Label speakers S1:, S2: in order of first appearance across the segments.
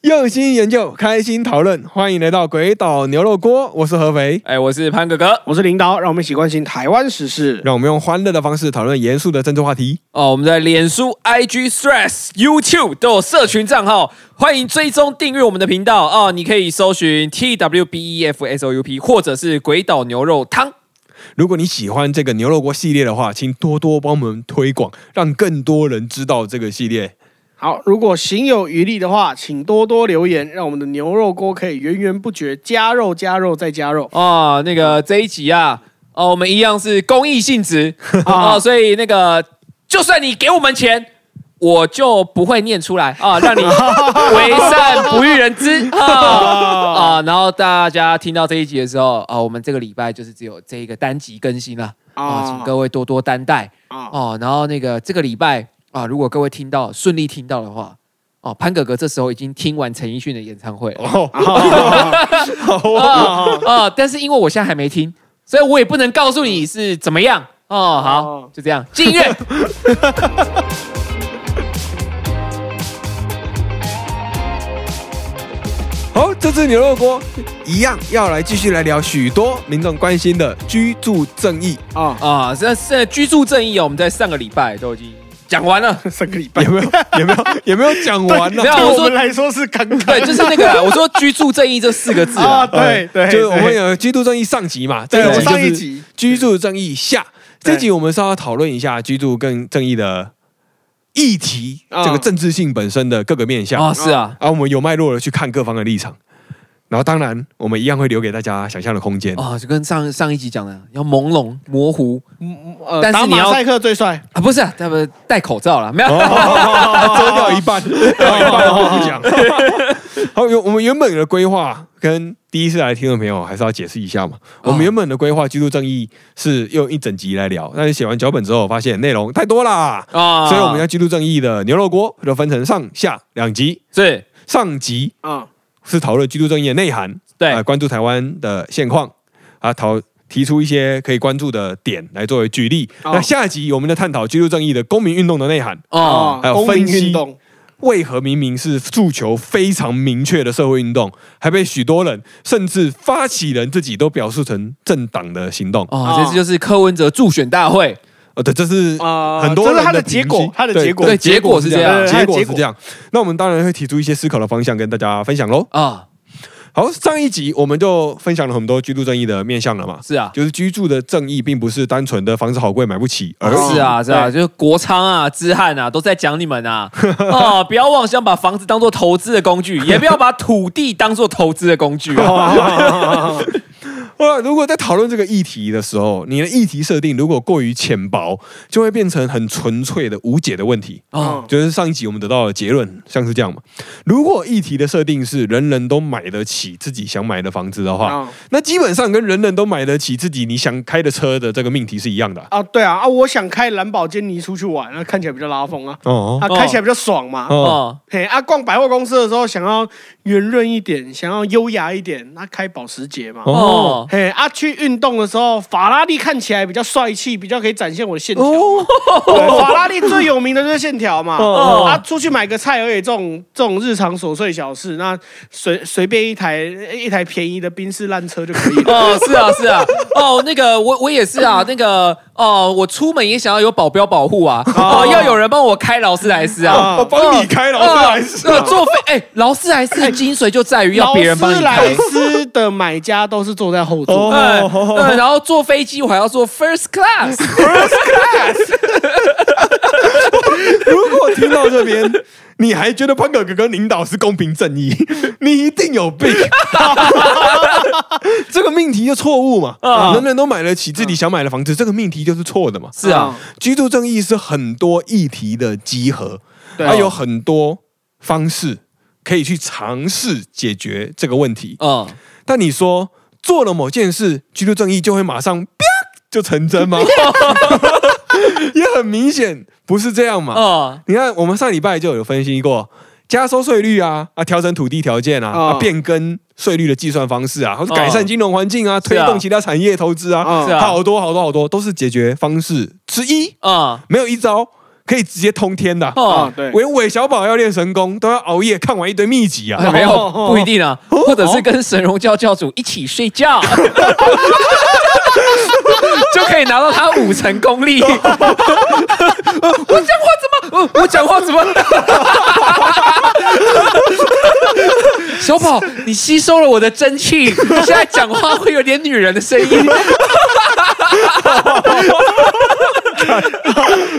S1: 用心研究，开心讨论，欢迎来到鬼岛牛肉锅，我是合肥。
S2: 哎，我是潘哥哥
S3: 我是林导，让我们一起关心台湾时事。
S1: 让我们用欢乐的方式讨论严肃的政治话题。
S2: 哦。我们在脸书、IG、Stress、YouTube 都有社群账号，欢迎追踪订阅我们的频道哦。你可以搜寻 T W B E F S O U P，或者是鬼岛牛肉汤。
S1: 如果你喜欢这个牛肉锅系列的话，请多多帮我们推广，让更多人知道这个系列。
S3: 好，如果行有余力的话，请多多留言，让我们的牛肉锅可以源源不绝，加肉、加肉再加肉。
S2: 哦，那个这一集啊，哦，我们一样是公益性质哦，所以那个就算你给我们钱。我就不会念出来啊、让你为善不欲人知啊啊、然后大家听到这一集的时候啊、我们这个礼拜就是只有这一个单集更新了啊、
S3: 哦
S2: 请各位多多担待
S3: 啊
S2: 哦、然后那个这个礼拜啊、如果各位听到顺利听到的话，哦、潘哥哥这时候已经听完陈奕迅的演唱会了。
S1: 哦，
S2: 啊 啊！但是因为我现在还没听，所以我也不能告诉你是怎么样。哦，好
S3: 哦，
S2: 就这样，进音 乐。
S1: 好，这次牛肉锅一样要来继续来聊许多民众关心的居住正义，
S3: 啊，
S2: 啊，这这居住正义哦，我们在上个礼拜都已经讲完了。
S3: 上个礼拜
S1: 有没有？有没有？有没有讲完呢
S2: 没？有
S3: 对
S2: 我
S3: 我
S2: 说
S3: 们来说是刚刚
S2: 对，就是那个 啦，我说“居住正义”这四个字
S3: 啊，
S1: 哦
S2: 啊。
S3: 对对，
S1: 呃就是我们
S3: 对
S1: 有居住正义上集嘛，
S3: 对
S1: 这
S3: 我
S1: 集
S3: 们上一
S1: 就是
S3: 集
S1: 居住正义下，
S3: 对
S1: 这集我们稍微讨论一下居住更正义的议题，
S3: 啊
S1: 这个政治性本身的各个面向
S2: 啊，是啊，
S1: 啊，我们有脉络的去看各方的立场，然后当然我们一样会留给大家想象的空间。
S2: 啊，就跟上上一集讲的，要朦胧、模糊
S3: 呃
S2: 但是
S3: 打
S2: 你要
S3: 马赛克最帅，
S2: 啊，不是啊，他们戴口罩了，
S1: 哦
S2: 没有？
S1: 遮掉一半，遮掉一半我不讲。好，有我们原本的规划跟第一次来的听众朋友还是要解释一下嘛。我们原本的规划《居住正义》是用一整集来聊，但是写完脚本之后发现内容太多啦，
S2: 啊
S1: 所以我们要《居住正义》的牛肉锅就分成上下两集，
S2: 是
S1: 上集
S3: 啊
S1: 是讨论《居住正义》的内涵，
S2: 对
S1: 呃关注台湾的现况啊，讨提出一些可以关注的点来作为举例。
S3: 哦
S1: 那下集我们就探讨居住正义的公民运动的内涵，
S2: 哦
S1: 还有
S3: 啊公民
S1: 分析
S3: 运动
S1: 为何明明是诉求非常明确的社会运动，还被许多人甚至发起人自己都表述成政党的行动？
S2: 哦，这次就是柯文哲助选大会
S1: 呃，对，这是
S3: 啊
S1: 很多
S3: 这
S1: 人
S3: 是他的
S1: 评
S3: 结果
S1: 析，
S3: 他的
S1: 对
S3: 结果
S2: 对结果是这样
S3: 对对
S1: 结
S3: 对
S1: 果
S3: 他的
S1: 是这样。那我们当然会提出一些思考的方向跟大家分享喽。
S2: 啊，
S1: 好，上一集我们就分享了很多居住正义的面向了嘛，
S2: 是啊，
S1: 就是居住的正义，并不是单纯的房子好贵买不起，而
S2: 是啊，
S3: 已
S2: 是啊，
S3: 对
S2: 就是国昌啊、知汉啊，都在讲你们啊， 哦，不要妄想把房子当做投资的工具，也不要把土地当做投资的工具。啊
S1: 后来如果在讨论这个议题的时候，你的议题设定如果过于浅薄，就会变成很纯粹的无解的问题。
S3: 嗯
S2: 哦，
S1: 就是上一集我们得到的结论像是这样嘛。如果议题的设定是人人都买得起自己想买的房子的话，
S3: 啊
S1: 那基本上跟人人都买得起自己你想开的车的这个命题是一样的啊、
S3: 啊，对啊啊，我想开兰博基尼出去玩，那看起来比较拉风啊，
S1: 哦
S3: 啊，开起来比较爽嘛，
S1: 哦，
S2: 哦，
S3: 嘿啊，逛百货公司的时候想要圆润一点，想要优雅一点，那开保时捷嘛。
S1: 哦
S2: 哦，
S3: 嘿啊，去运动的时候，法拉利看起来比较帅气，比较可以展现我的线条。对法拉利最有名的就是线条嘛。
S2: 哦
S3: 啊，出去买个菜而已，这种这种日常琐碎小事，那随随便一台一台便宜的宾士烂车就可以了。
S2: 哦，是啊，是啊，哦，那个我我也是啊，那个哦，我出门也想要有保镖保护啊，哦，要有人帮我开劳斯莱斯啊。
S1: 我帮你开劳斯莱斯啊
S2: 哦，坐飞哎，劳斯莱斯的精髓就在于 要
S3: 劳
S2: 别人帮你
S3: 斯
S2: 开
S3: 莱。斯的买家都是坐在后座。
S1: 哦
S2: 哎对，然后坐飞机我还要坐 first class，
S1: 如果听到这边，你还觉得潘哥哥跟领导是公平正 义，你一定有病。这个命题就错误嘛，
S2: 啊嗯
S1: 人人都买得起自己想买的房子，这个命题就是错的嘛。
S2: 是啊，
S1: 居住正义是很多议题的集合，
S3: 对
S1: 它有很多方式可以去尝试解决这个问题。
S2: 嗯，
S1: 但你说做了某件事，居住正义就会马上就成真 吗？也很明显不是这样嘛。
S2: 哦，
S1: 你看，我们上礼拜就有分析过加收税率啊，啊，调整土地条件啊，
S3: 哦
S1: 啊变更税率的计算方式啊，或者改善金融环境啊，推
S2: 是啊
S1: 动其他产业投资啊，
S3: 嗯
S2: 是啊
S1: 好多好多好多都是解决方式之一，
S2: 嗯。
S1: 没有一招可以直接通天的啊、
S2: 哦
S3: 啊，，对，
S1: 连韦小宝要练神功，都要熬夜看完一堆秘籍啊！
S2: 哎没有
S3: 哦哦
S2: 不一定啊，或者是跟神龙教教主一起睡觉， 就可以拿到他五成功力。我讲话怎么？我我讲话怎么？小宝，你吸收了我的真气，现在讲话会有点女人的声音。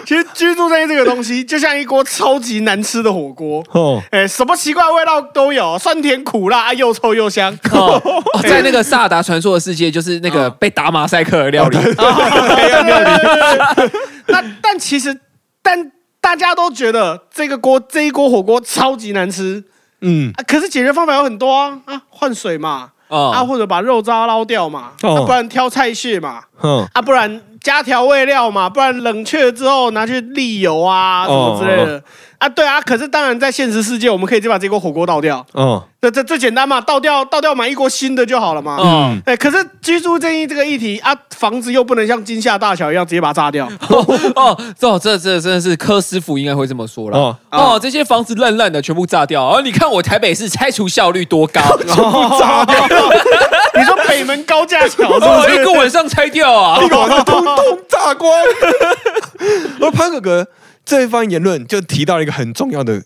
S3: 其实居住正义这个东西，就像一锅超级难吃的火锅，
S1: 哦，
S3: 哎，什么奇怪的味道都有，酸甜苦辣，啊又臭又香。
S2: 哦，哦在那个《萨达传说》的世界，就是那
S3: 哦
S2: 个被打马赛克的料理。
S3: 黑暗料理。那但其实，但大家都觉得这个锅这一锅火锅超级难吃
S1: 嗯，
S3: 啊，可是解决方法有很多啊啊，换水嘛，啊
S2: 哦，
S3: 或者把肉渣捞掉嘛，
S1: 哦
S3: 啊不然挑菜屑嘛，
S1: 哼，
S3: 啊不然加调味料嘛，不然冷却之后拿去沥油啊什
S1: 哦
S3: 么之类的。啊，对啊，可是当然，在现实世界，我们可以直接把这锅火锅倒掉，
S1: 哦，
S3: 这这最简单嘛，倒掉倒掉买一锅新的就好了嘛。
S2: 嗯，
S3: 哎、可是居住正义这个议题啊，房子又不能像惊吓大桥一样直接把它炸掉。
S2: 哦，这这这真的是柯师傅应该会这么说了。
S1: 哦
S2: 哦这些房子烂烂的，全部炸掉。啊哦然后你看我台北市拆除效率多 高，
S3: 炸掉！你说北门高架桥
S2: 哦，
S3: 是
S2: 一
S3: 不
S2: 个
S3: 是？
S2: 晚上拆掉啊
S1: 一！口就通通炸 光。而潘哥哥这一番言论就提到了一个很重要的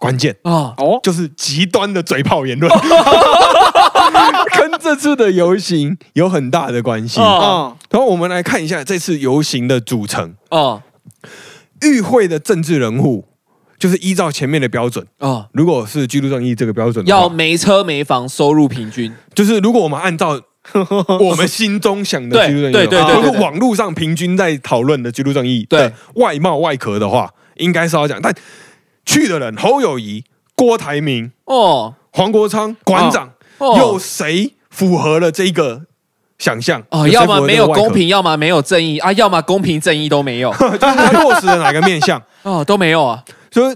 S1: 关键，
S2: 哦，
S3: 哦，
S1: 就是极端的嘴炮言论， 跟这次的游行有很大的关系。
S2: 哦
S3: 嗯，
S1: 然后我们来看一下这次游行的组成，
S2: 哦
S1: 与会的政治人物就是依照前面的标准，
S2: 哦，
S3: 嗯
S1: 如果是居住正义这个标准的话，
S2: 要没车没房，收入平均。
S1: 就是如果我们按 照我们心中想的
S2: 对
S1: 居住正义，
S2: 对对
S3: 对
S1: 或
S2: 对
S1: 是网络上平均在讨论的居住正义
S2: 对
S1: 的外貌外壳的话，应该是要讲。但去的人侯友谊、郭台铭、
S2: 哦
S1: 黄国昌馆长，
S2: 哦
S1: 有谁符合了这个想象？
S2: 哦，
S1: 有谁
S2: 要
S1: 符合
S2: 么没
S1: 这
S2: 有
S1: 个外壳
S2: 公，平，要么没有正义啊，要么公平正义都没有
S1: 就是他落实了哪个面向？
S2: 哦，都没有啊。
S1: 所以，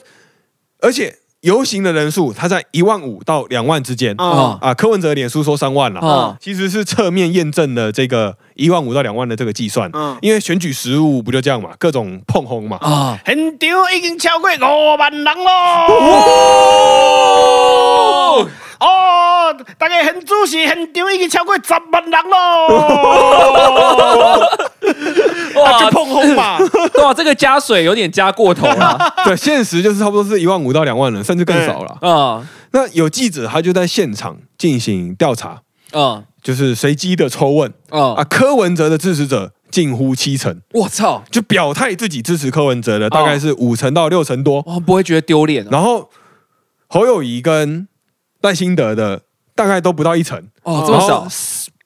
S1: 而且游行的人数，它在一万五到两万之间。
S2: 哦
S3: 哦，
S1: 啊，柯文哲脸书说三万了，
S2: 哦
S1: 其实是侧面验证了这个一万五到两万的这个计算。
S3: 嗯
S1: 因为选举实务不就这样嘛，各种碰轰 嘛。
S3: 哦
S2: 啊
S3: 很丢，已经超过五万人咯。
S2: 哦
S3: 哦，大家很主席，很丢，已经超过十万人咯。啊，就
S2: 哇
S3: 碰轰吧。
S2: 哇，这个加水有点加过头啊 了。
S1: 对，现实就是差不多是一万五到两万人，甚至更少了。
S2: 嗯
S1: 那有记者他就在现场进行调查，
S2: 嗯
S1: 就是随机的抽问啊，
S2: 嗯，
S1: 柯文哲的支持者近乎七成，
S2: 我操！
S1: 就表态自己支持柯文哲的大
S2: 哦
S1: 概是五成到六成多。
S2: 哇，不会觉得丢脸哦。
S1: 然后侯友谊跟赖清德的大概都不到一成，
S2: 哦，这么
S1: 然
S2: 少
S1: 后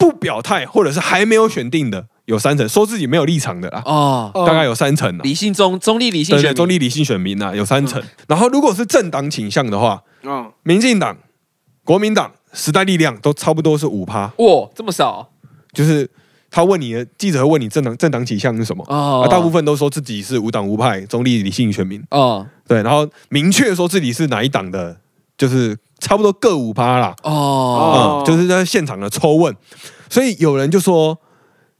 S1: 不表态或者是还没有选定的有三成，说自己没有立场的啦，
S2: 哦，
S1: 大概有三成啊。
S2: 理性中中立理性
S1: 对
S2: 选
S1: 对，
S2: 民嗯
S1: 中立理性选民啊，有三成。然后如果是政党倾向的话，
S3: 嗯，
S1: 民进党、国民党、时代力量都差不多是五趴，
S2: 哇，这么少
S1: 就是。他问你的记者会问你政党政党倾向是什么？啊，
S2: 哦
S1: 大部分都说自己是无党无派、中立理性选民，
S2: 哦
S1: 对，然后明确说自己是哪一党的，就是差不多各五趴啦。
S2: 哦
S1: 啊、
S3: 哦
S1: 就是在现场的抽问，所以有人就说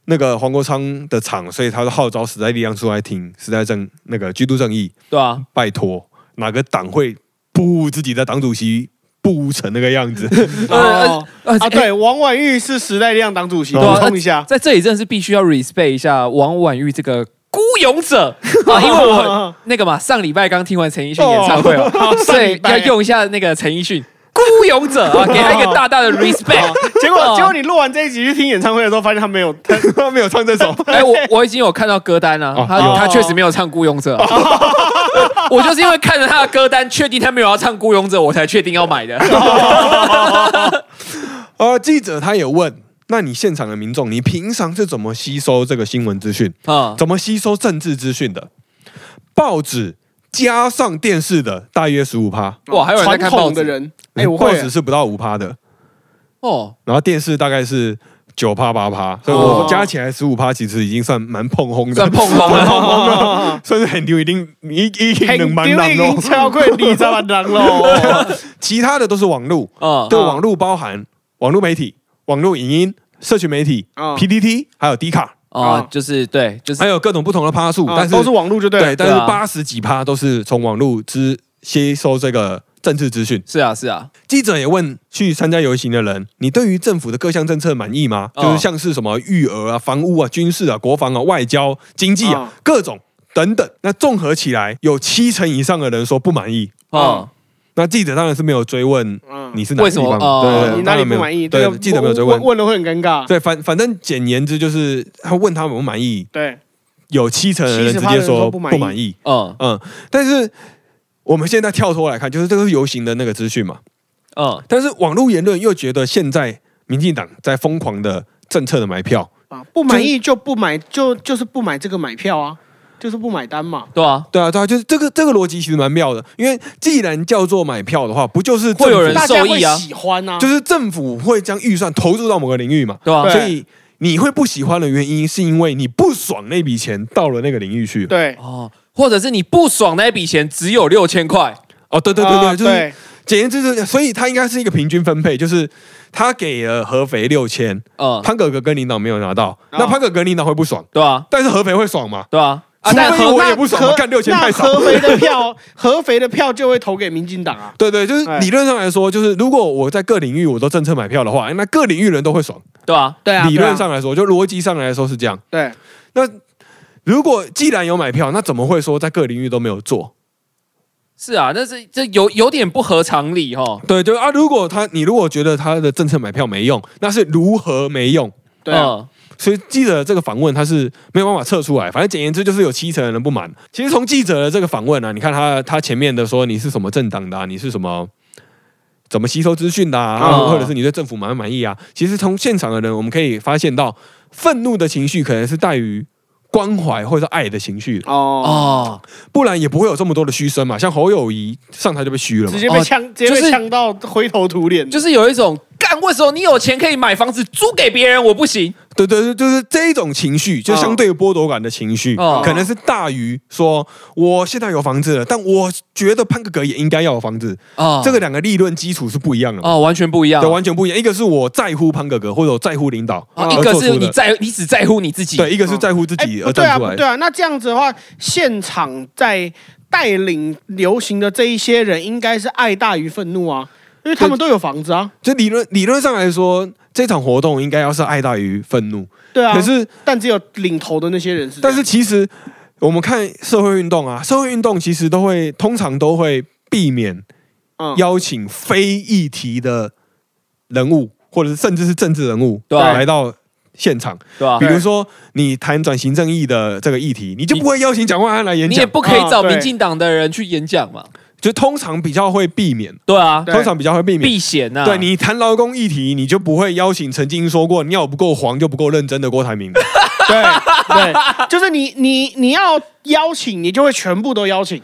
S1: 那个黄国昌的场，所以他就号召时代力量出来挺时代正那个居住正义，
S2: 对啊，
S1: 拜托哪个党会不自己的党主席不成那个样子？
S2: 呃
S3: 哦
S2: 呃哎
S3: 啊，
S2: 呃
S3: 对，王婉玉是时代力量党 主席，补
S1: 对啊
S3: 充一下。
S2: 在这里真的是必须要 respect 一下王婉玉这个孤勇 者啊，因为我那个嘛，上礼拜刚听完陈奕迅演唱会哦，所以要用一下那个陈奕迅孤勇者啊，给他一个大大的 respect。
S3: 结 果，
S2: 哦
S3: 结果你录完这一集去听演唱会的时候，发现他没有，他
S1: 他没有唱这首，
S2: 哎，我我已经有看到歌单了
S1: 哦，
S2: 他
S1: 有
S2: 他确实没有唱《孤勇者》 我就是因为看着他的歌单，确定他没有要唱《孤勇者》，我才确定要 买的。
S1: 呃，记者他也问，那你现场的民众，你平常是怎么吸收这个新闻资讯？
S2: 啊
S1: 怎么吸收政治资讯的？报纸加上电视的大约十五趴，
S2: 哇，还有人在
S3: 传
S2: 看报
S3: 统的
S2: 纸
S3: 人，哎，我会
S1: 报纸是不到五趴的，
S2: 哦，
S1: 然后电视大概是九趴八趴，所以
S2: 哦
S1: 我加起来十五趴，其实已经算蛮碰轰的，
S2: 算碰碰了。
S1: 轰，算是很丢，一定一一定能蛮
S3: 丢
S1: 难
S3: 已经
S1: 哦。
S3: 超过二十万人 咯。
S1: 其他的都是网络，
S2: 嗯，
S1: 对网络包含网络媒体、网络影音、社群媒体、
S3: 哦
S1: PTT，还有 D 卡。
S2: 哦
S3: 啊，
S2: 就是对，就是
S1: 还有各种不同的趴数，
S3: 啊
S1: 但是
S3: 都是网路就对了。
S1: 对，但是
S2: 对啊
S1: 八十几趴都是从网络资吸收这个政治资讯。
S2: 是啊是啊，
S1: 记者也问去参加游行的人，你对于政府的各项政策满意吗？
S2: 哦
S1: 就是像是什么育儿啊、房屋啊、军事啊、国防啊、外交、经济啊、
S3: 哦
S1: 各种等等。那综合起来，有七成以上的人说不满意。
S3: 啊
S2: 哦，
S1: 那记者当然是没有追问
S3: 嗯
S1: 你是哪
S2: 为
S1: 个
S2: 什
S1: 地
S2: 么
S1: 方，
S2: 哦
S1: 对对对
S3: 你哪
S1: 当
S3: 里
S1: 然没
S3: 不
S1: 有
S3: 满意？这
S1: 对，
S3: 个
S1: 记者没有追
S3: 问
S1: 问。
S3: 问了会很尴尬。
S1: 对，反反正简言之就是，他问他们不满意，
S3: 对，
S1: 有七成的人
S3: 70%
S1: 直接说
S3: 人说
S1: 不
S3: 不满意
S1: 满意。
S2: 嗯
S1: 嗯，但是我们现在跳脱来看，就是这个是游行的那个资讯嘛。
S2: 嗯，
S1: 但是网络言论又觉得现在民进党在疯狂的政策的买票，
S3: 啊，不满意就不买，就就是不买这个买票啊，就是不买单嘛。
S2: 对啊，
S1: 对啊，对啊，就是这个这个逻辑其实蛮妙的，因为既然叫做买票的话，不就是政府
S2: 会有人
S3: 大家
S2: 受
S3: 会
S2: 益啊
S3: 喜欢啊，
S1: 就是政府会将预算投入到某个领域嘛？
S2: 对啊，
S3: 对
S1: 所以你会不喜欢的原因，是因为你不爽那笔钱到了那个领域去。
S3: 对
S2: 哦，或者是你不爽那一笔钱只有六千块，
S1: 哦，对对对对，
S3: 啊
S1: 就是简言之就是，所以它应该是一个平均分配，就是他给了合肥六千，
S3: 啊
S2: 嗯，
S1: 潘哥哥跟领导没有拿到，
S3: 哦
S1: 那潘哥哥领导会不爽，
S2: 对啊
S1: 但是合肥会爽吗？
S2: 对啊，啊，
S1: 除
S2: 但
S1: 非
S2: 合
S1: 我
S3: 那
S1: 也不爽
S3: 合
S1: 我干6000太少
S3: 那合 肥的票，合肥的票就会投给民进党啊。
S1: 对对，就是
S3: 哎
S1: 理论上来说，就是如果我在各领域我都政策买票的话，那各领域人都会爽。
S2: 对啊，
S3: 对
S1: 理论上来说，就逻辑上来说是这样。
S3: 对啊
S1: 如果既然有买票，那怎么会说在各领域都没有做？
S2: 是啊，但是这有有点不合常理哈，
S1: 对，就啊，如果他你如果觉得他的政策买票没用，那是如何没用？
S3: 对
S1: 哦
S3: 啊
S2: 嗯
S1: 所以记者这个访问他是没有办法测出来，反正简言之就是有七成的人不满。其实从记者的这个访问啊，你看他他前面的说你是什么政党的、啊，你是什么怎么吸收资讯的、啊，
S2: 哦
S1: 或者是你对政府满不满意啊？其实从现场的人我们可以发现到，愤怒的情绪可能是带于。关怀或者是爱的情绪的，
S3: 哦，
S2: 哦，
S1: 不然也不会有这么多的嘘声嘛。像侯友谊上台就被嘘了嘛
S3: 直，接被
S2: 哦
S3: 呛，直接
S2: 就是
S3: 被呛到灰头土脸。
S2: 就是有一种干，为什么你有钱可以买房子租给别人，我不行？
S1: 对对对，就是这一种情绪，就相对剥夺感的情绪，
S2: 哦
S1: 可能是大于说我现在有房子了，但我觉得潘哥哥也应该要有房子。
S2: 哦
S1: 这个两个立论基础是不一样的嘛，
S2: 哦完全不一样
S1: 对，，完全不一样。一个是我在乎潘哥哥，或者我在乎领导，
S2: 哦
S1: 而
S2: 一个
S1: 做
S2: 是
S1: 出的
S2: 你在，你只在乎你自己，哦
S1: 对，一个是在乎自
S3: 哎
S1: 己
S3: 不
S1: 而
S3: 对啊，
S1: 站出
S3: 不
S1: 来
S3: 对。啊。那这样子的话，现场在带领流行的这一些人，应该是爱大于愤怒啊，因为他们都有房子啊。
S1: 就理论理论上来说，这场活动应该要是爱大于愤怒，
S3: 对
S2: 哦
S3: 啊，
S1: 可是
S3: 但只有领头的那些人是这
S1: 但
S3: 样，
S1: 是其实我们看社会运动啊，社会运动其实都会通常都会避免
S3: 嗯
S1: 邀请非议题的人物，或者是甚至是政治人物
S2: 对啊
S1: 来到现场。
S2: 对吧
S1: 比？
S3: 对
S1: 如说你谈转型正义的这个议题，你就不会邀请蒋万安来演
S2: 你也
S1: 讲，
S2: 不可以
S3: 啊
S2: 找
S3: 对
S2: 民进党的人去演讲嘛？
S1: 就通常比较会避免，
S2: 对啊，
S3: 对
S1: 通常比较会避免。
S2: 避啊嫌呐。
S1: 对你谈劳工议题，你就不会邀请曾经说过尿不够黄就不够认真的郭台铭。
S3: 对对，就是你你你要邀请，你就会全部都邀请。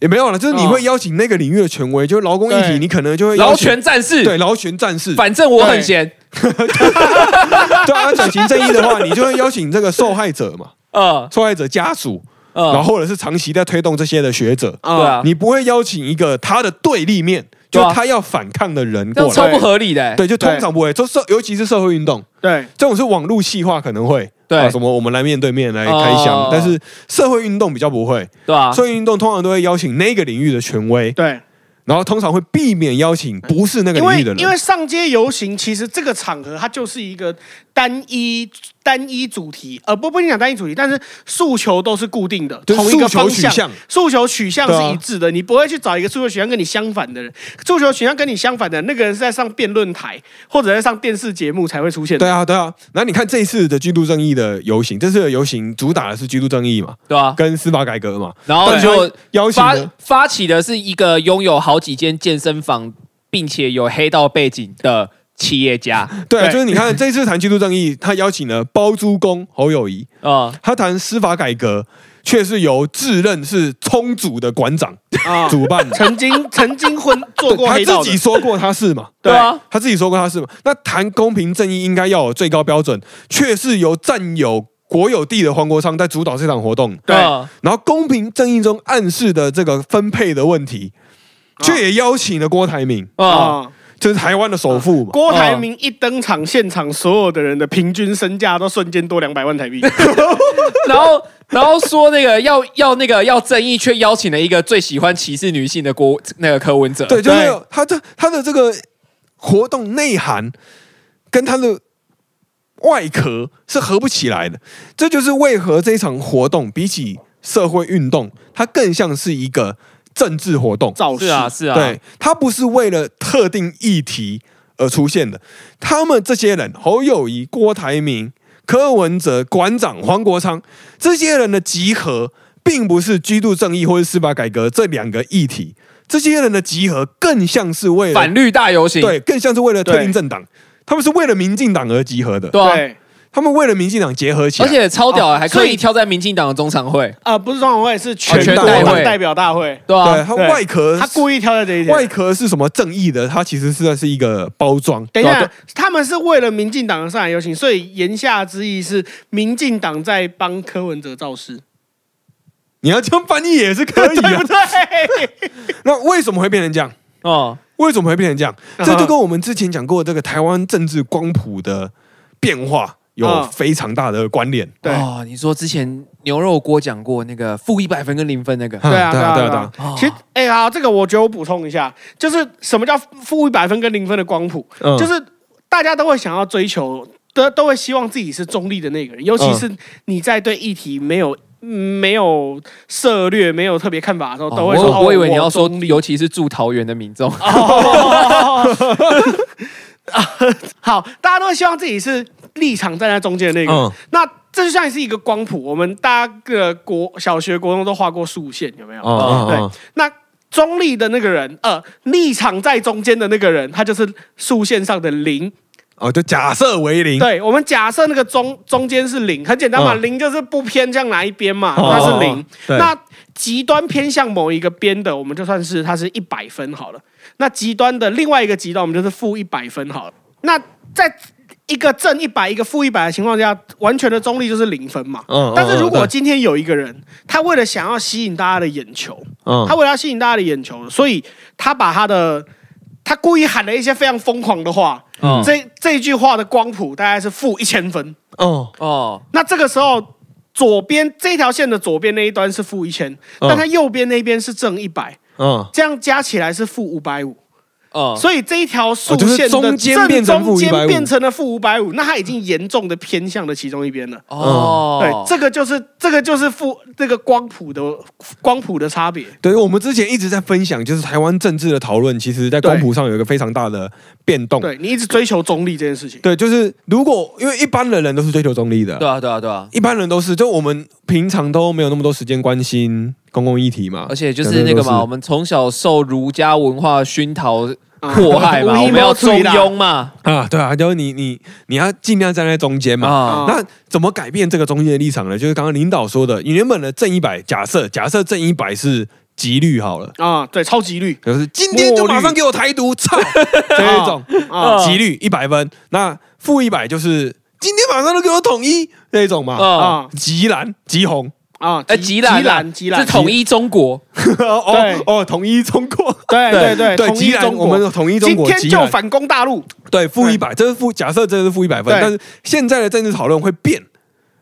S1: 也没有了，就是你会邀请那个领域的权威，就是劳工议题，
S3: 对
S1: 你可能就会邀
S2: 劳
S1: 请
S2: 权战士，
S1: 对劳权战士，
S2: 反正我很闲，
S1: 对啊，转型正义的话，你就会邀请这个受害者嘛，
S2: 嗯
S1: 受害者家属，
S2: 嗯，
S1: 然后或者是长期在推动这些的学者，
S2: 对啊，
S1: 你不会邀请一个他的对立面，
S2: 对
S1: 就
S2: 啊
S1: 他要反抗的人
S2: 这
S1: 过
S2: 样超
S1: 来，
S2: 不合理的欸。
S1: 对，就通常不会，就社尤其是社会运动
S3: 对
S1: 这种是网络细化可能会，
S2: 对
S1: 啊什么我们来面对面来开
S2: 哦啊
S1: 箱，但是社会运动比较不会，
S2: 对吧？
S1: 社会运动通常都会邀请那个领域的权威，
S3: 对，
S1: 然后通常会避免邀请不是那个领
S3: 因为
S1: 域的人，
S3: 因为上街游行，其实这个场合它就是一个单一单一主题，呃，不不一定讲单一主题，但是诉求都是固定的，
S1: 就是
S3: 同一个
S1: 诉求
S3: 方
S1: 取
S3: 向
S1: 向，
S3: 诉求取向
S1: 对啊
S3: 是一致的，你不会去找一个诉求取向跟你相反的人，诉求取向跟你相反的人那个人是在上辩论台或者在上电视节目才会出现的。
S1: 对啊，对啊。然后你看这一次的居住正义的游行，这次的游行主打的是居住正义嘛，
S2: 对吧？
S1: 跟司法改革嘛，
S2: 然后
S1: 但
S2: 哦就
S1: 就邀请
S2: 发
S1: 的
S2: 发起的是一个拥有好几间健身房，并且有黑道背景的企业家。
S1: 对啊，
S3: 对
S1: 就是你看这次谈居住正义，他邀请了包租公侯友谊，
S2: 嗯，
S1: 他谈司法改革，却是由自认是冲组的馆长
S3: 啊，
S1: 主办的，
S3: 曾经 曾经混做过黑
S1: 对他
S3: 道
S1: 自
S3: 的
S1: 己，说过他是嘛。
S2: 对啊，
S1: 他自己说过他是嘛？那谈公平正义应该要有最高标准，却是由占有国有地的黄国昌在主导这场活动。
S3: 对
S2: 嗯
S1: 然后公平正义中暗示的这个分配的问题，
S3: 啊
S1: 却也邀请了郭台铭，
S2: 嗯，
S3: 啊，
S1: 这是台湾的首富嘛。
S3: 郭台铭一登场，现场所有的人的平均身价都瞬间多两百万 台币。
S2: 然后然后说那个要要那个要正义，却邀请了一个最喜欢歧视女性的郭那个柯文哲。
S1: 对，就是
S3: 对
S1: 有他的他的这个活动内涵跟他的外壳是合不起来的。这就是为何这场活动比起社会运动，它更像是一个政治活动。
S3: 造势
S2: 是啊，是啊，
S1: 对，他不是为了特定议题而出现的。他们这些人，侯友谊、郭台铭、柯文哲、馆长黄国昌这些人的集合，并不是居住正义或是司法改革这两个议题。这些人的集合更像是为了
S2: 反绿大游行，
S1: 对，更像是为了特定
S3: 对
S1: 政党，他们是为了民进党而集合的。
S2: 对啊
S3: 对
S1: 他们为了民进党结合起
S2: 而
S1: 来，
S2: 且超屌、
S3: 哦
S2: 欸，还可
S3: 所
S2: 以
S3: 以
S2: 挑在民进党的中常会，
S3: 啊，不是中常会，是全
S1: 哦全
S3: 国
S1: 代
S3: 党
S1: 会
S3: 代表大会。
S2: 对
S1: 对
S2: 啊，
S1: 他
S3: 对
S1: 外壳
S3: 他故意挑在这一
S1: 外
S3: 点。
S1: 壳是什么正义的？它其实是算是一个包装。
S3: 等一
S2: 对
S3: 下，他们是为了民进党的上海游行，所以言下之意是民进党在帮柯文哲 造势，
S1: 你要这样翻译也是可以
S3: 对
S1: 啊
S3: 不。对？
S1: 那为什么会变成这样？
S2: 哦，
S1: 为什么会变成这样？
S3: 嗯哼
S1: 这就跟我们之前讲过这个台湾政治光谱的变化有
S3: 嗯
S1: 非常大的关联。
S3: 对
S2: 哦，你说之前牛肉锅讲过那个负一百分跟零分那个，
S1: 嗯
S3: 对啊，
S1: 对
S3: 对
S1: 啊
S3: 啊，
S1: 对
S3: 对
S1: 啊
S3: 啊
S2: 对啊。
S3: 其实，哎、好，这个我觉得我补充一下，就是什么叫负一百分跟零分的光谱，
S1: 嗯
S3: 就是大家都会想要追求，都都会希望自己是中立的那个人，尤其
S2: 嗯
S3: 是你在对议题没有。嗯没有涉略，没有特别看法的时候，
S2: 哦
S3: 都会说：“
S2: 我
S3: 哦
S2: 我以为你要说，
S3: 中立
S2: 尤其是住桃园的民众，
S3: 哦好，大家都会希望自己是立场站在中间的那个。
S1: 嗯
S3: 那这就像是一个光谱，我们大家个国小学、国中都画过竖线，有没有？
S1: 哦
S3: 对，那中立的那个人，呃，立场在中间的那个人，他就是竖线上的零。
S1: 哦，就假设为零，
S3: 对，我们假设那个中中间是零，很简单嘛，
S1: 嗯
S3: 零就是不偏向哪一边嘛，
S1: 哦
S3: 它是零。
S1: 对
S3: 那极端偏向某一个边的，我们就算是它是一百分好了。那极端的另外一个极端，我们就是负一百分好了。那在一个正一百，一个负一百的情况下，完全的中立就是零分嘛。
S1: 嗯
S3: 但是如果
S1: 嗯
S3: 今天有一个人，他为了想要吸引大家的眼球，
S1: 嗯
S3: 他为了要吸引大家的眼球，所以他把他的他故意喊了一些非常疯狂的话。
S2: 嗯
S3: 这这一句话的光谱大概是负一千分。
S1: 哦
S2: 哦，
S3: 那这个时候，左边这条线的左边那一端是负一千，但它右边那边是正一百，
S1: 嗯
S3: 这样加起来是负五百五。
S2: 哦，
S3: 所以这一条
S1: 哦
S3: 竖
S1: 就是
S3: 线的
S1: 中间变
S3: 正
S1: 成负
S3: 中
S1: 550
S3: 间变成了负五百五，那它已经严重的偏向了其中一边了。
S2: 哦
S3: 对，，这个就是这个就是负这个光谱的光谱的差别。
S1: 对，我们之前一直在分享，就是台湾政治的讨论，其实在光谱上有一个非常大的变动。
S3: 对你一直追求中立这件事情，
S1: 对，就是如果因为一般的人都是追求中立的，
S2: 对啊，对啊，对啊，
S1: 一般人都是，就我们平常都没有那么多时间关心公共议题嘛，
S2: 而且就是那个嘛，我们从小受儒家文化熏陶
S3: 啊
S2: 迫害嘛，
S3: 无意
S2: 我们要
S3: 冒
S2: 中
S3: 出一啦
S2: 庸嘛，
S1: 啊，对啊，就是你你你要尽量站在中间嘛。
S2: 啊，
S1: 那怎么改变这个中间的立场呢？就是刚刚领导说的，你原本的正一百，假设假设正一百是极绿好了，
S3: 啊，对，超级绿
S1: 就是今天就马上给我台独， 操这一种
S3: 啊
S1: 极绿一百分，那负一百就是今天马上都给我统一那一种嘛，
S2: 啊，
S3: 啊
S1: 极蓝极红，
S3: 啊！
S2: 呃，极蓝啦，
S3: 极蓝，
S2: 是统一中国，
S1: 哦哦，统一中国，
S3: 对对对，
S1: 对
S3: 统一
S1: 极蓝，
S3: 中国
S1: 我们统一中国，
S3: 今
S1: 极
S3: 天就
S1: 蓝
S3: 反攻大陆
S1: 对负
S3: 对
S1: 一百，这是负假设这是负一百分，
S3: 对
S1: 但是现在的政治讨论会变。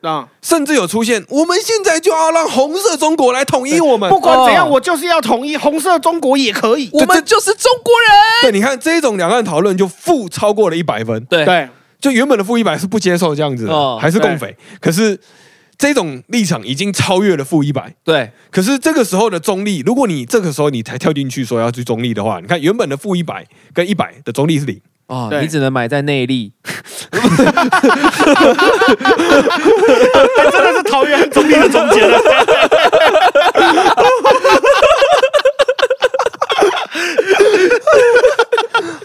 S3: 啊！
S1: 甚至有出现，我们现在就要让红色中国来统一我们。
S3: 不管怎样，
S2: 哦
S3: 我就是要统一红色中国也可以。
S2: 我们就是中国人，
S1: 对，你看这种两岸讨论就负超过了一百分，
S2: 对
S3: 对
S1: 就原本的负一百是不接受这样子的，
S2: 哦
S1: 还是共匪。可是这种立场已经超越了负一百。
S2: 对，
S1: 可是这个时候的中立，如果你这个时候你才跳进去说要去中立的话，你看原本的负一百跟一百的中立是零，
S2: 哦，
S3: 对
S2: 你只能买在内力，
S3: 但真的是桃园和中立的中间了。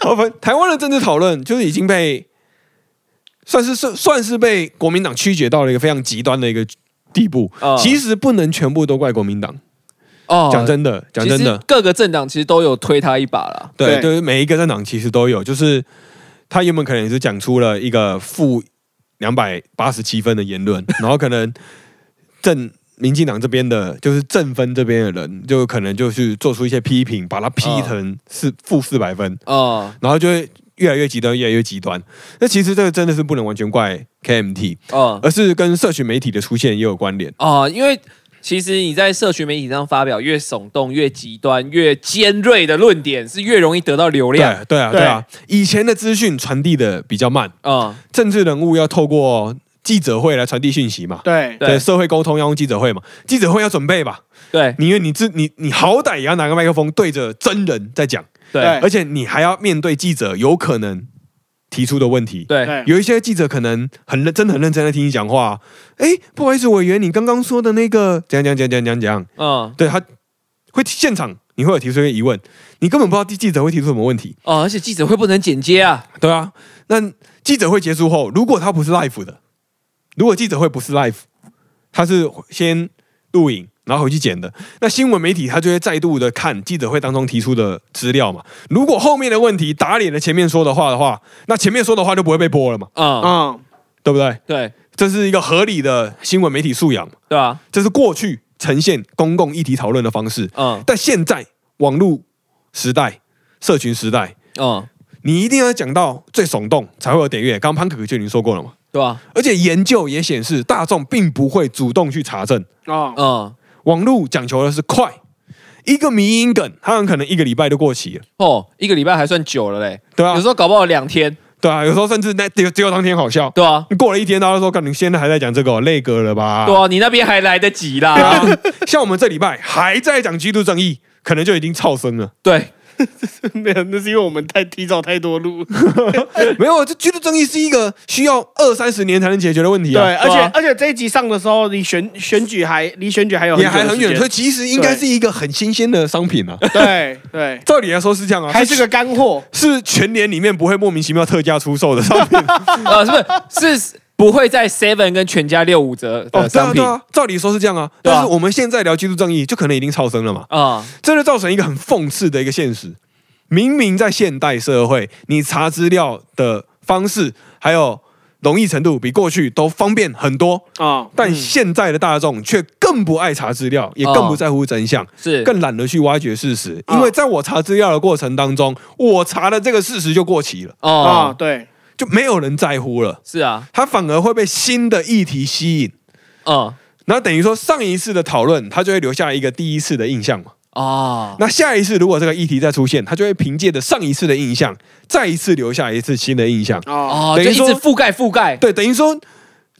S1: 好，反 台湾的政治讨论就是已经被算是算算是被国民党曲解到了一个非常极端的一个地步。
S2: 哦
S1: 其实不能全部都怪国民党，
S2: 哦，
S1: 讲真的，讲真的
S2: 其实，各个政党其实都有推他一把啦，
S1: 对，
S3: 对
S1: 就是每一个政党其实都有，就是他原本可能也是讲出了一个负两百八十七分的言论，然后可能正民进党这边的，就是正分这边的人，就可能就是做出一些批评，把它批成是负四百分，
S2: 哦
S1: 然后就会越来越极端，越来越极端。那其实这个真的是不能完全怪 KMT，
S2: 哦
S1: 而是跟社群媒体的出现也有关联。
S2: 哦，因为其实你在社群媒体上发表越耸动、越极端、越尖锐的论点，是越容易得到流
S1: 对
S2: 量。
S1: 对啊，对啊，以前的资讯传递的比较慢，
S2: 嗯，
S1: 政治人物要透过记者会来传递讯息嘛。
S3: 对
S2: 对
S1: 对，社会沟通要用记者会嘛，记者会要准备吧，
S2: 对
S1: 你因为你自你你好歹也要拿个麦克风对着真人在讲，
S2: 对
S3: 对
S1: 而且你还要面对记者有可能提出的问题。
S2: 对，
S3: 对
S1: 有一些记者可能很认真的很认真的听你讲话，哎，不好意思，委员，你刚刚说的那个讲讲讲讲讲讲，
S2: 嗯
S1: 对他会现场你会有提出一个疑问，你根本不知道记者会提出什么问题，
S2: 哦，而且记者会不能剪接啊。
S1: 对啊。那记者会结束后，如果他不是 live 的，如果记者会不是 live，他是先录影。然后回去剪的，那新闻媒体他就会再度的看记者会当中提出的资料嘛。如果后面的问题打脸了前面说的话的话，那前面说的话就不会被播了嘛，
S2: 嗯，
S3: 嗯，
S1: 对不对？
S2: 对
S1: 这是一个合理的新闻媒体素养嘛，
S2: 对啊，
S1: 这是过去呈现公共议题讨论的方式。
S2: 嗯
S1: 但现在网络时代、社群时代，
S2: 嗯，
S1: 你一定要讲到最耸动才会有点阅。刚刚潘可可就已经说过了嘛，
S2: 对啊，
S1: 而且研究也显示，大众并不会主动去查证，
S3: 哦，
S2: 嗯
S1: 网络讲求的是快，一个迷因梗，它很可能一个礼拜就过期了。
S2: 哦，一个礼拜还算久了嘞，
S1: 对
S2: 有
S1: 啊
S2: 时，候搞不好两天，
S1: 对啊，有时候甚至那只有只有当天好笑，
S2: 对啊，
S1: 你过了一天，大家都说：“干，你现在还在讲这个哦，累哥了吧？”
S2: 对啊，你那边还来得及啦，
S1: 啊，像我们这礼拜还在讲居住正义，可能就已经超生 了。
S2: 对，
S3: 没有，那是因为我们太提早太多路。
S1: 嗯没有，这居住正义是一个需要二三十年才能解决的问题
S3: 对，
S1: 啊，
S3: 而且
S2: 对啊
S3: 而且这一集上的时候，离选选举还离选举还有
S1: 也还很远，
S3: 久
S1: 所
S3: 的
S1: 以
S3: 时
S1: 其实应该是一个很新鲜的商品啊。
S3: 间对对，
S1: 照理来说是这样啊，
S3: 还是个干货。
S1: 是全年里面不会莫名其妙特价出售的商品
S2: 呃，是不是是不会在 Seven 跟全家六五折的
S1: 哦，对
S2: 商
S1: 啊
S2: 品
S1: 对啊，照理说是这样啊，
S2: 对啊
S1: 但是我们现在聊居住正义，就可能已经超生了嘛，
S2: 啊？
S1: 这就造成一个很讽刺的一个现实。明明在现代社会，你查资料的方式还有容易程度比过去都方便很多，
S3: 啊，
S1: 但现在的大众却更不爱查资料，也更不在乎真相，
S2: 是
S1: 更懒得去挖掘事实。
S3: 哦
S1: 因为在我查资料的过程当中，我查的这个事实就过期了，
S3: 啊，
S2: 哦，
S3: 对，
S1: 就没有人在乎了。
S2: 是啊，
S1: 它反而会被新的议题吸引，
S2: 嗯
S1: 那等于说上一次的讨论，它就会留下一个第一次的印象嘛。
S2: 哦，
S1: 那下一次如果这个议题再出现，它就会凭借着上一次的印象，再一次留下一次新的印象。
S2: 哦，
S3: 哦，
S1: 等
S2: 就
S1: 于
S2: 一直
S1: 说
S2: 覆盖覆盖，
S1: 对，等于说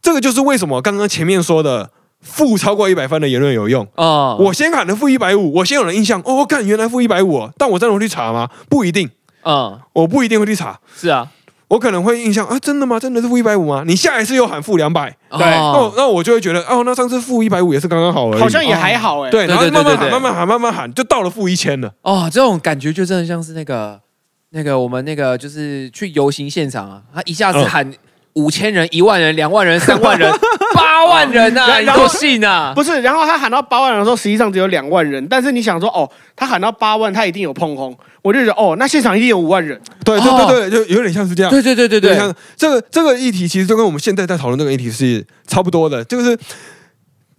S1: 这个就是为什么刚刚前面说的负超过一百分的言论有用。
S2: 哦，
S1: 我先喊的负一百五，我先有了印象，哦，看原来负一百五，但我真的会去查吗？不一定，
S2: 嗯，
S1: 我不一定会去查，
S2: 是啊，
S1: 我可能会印象啊，真的吗？真的是负一百五吗？你下一次又喊负两百，
S3: 对
S1: 那我
S2: 哦
S1: 那我就会觉得，哦，那上次负一百五也是刚刚好而已，
S3: 好像也还好哎。
S1: 哦对，然后
S2: 对对
S1: 慢慢
S2: 对对
S1: 喊，
S2: 对
S1: 慢慢喊，慢慢喊，就到了负一千了。
S2: 哦，这种感觉就真的像是那个那个我们那个就是去游行现场啊，他一下子
S1: 嗯
S2: 喊五千人、一万人、两万人、三万 人、八万人
S1: 哦
S2: 啊，你
S3: 然后
S2: 都信啊？
S3: 不是，然后他喊到八万人的时候，实际上只有两万人。但是你想说，哦，他喊到八万，他一定有碰轰，我就觉得，哦，那现场一定有五万人。
S1: 对
S2: 哦
S1: 对对对，就有点像是这样。
S2: 对对对对
S1: 有点
S2: 对，
S1: 像这个这个议题，其实就跟我们现在在讨论这个议题是差不多的，就是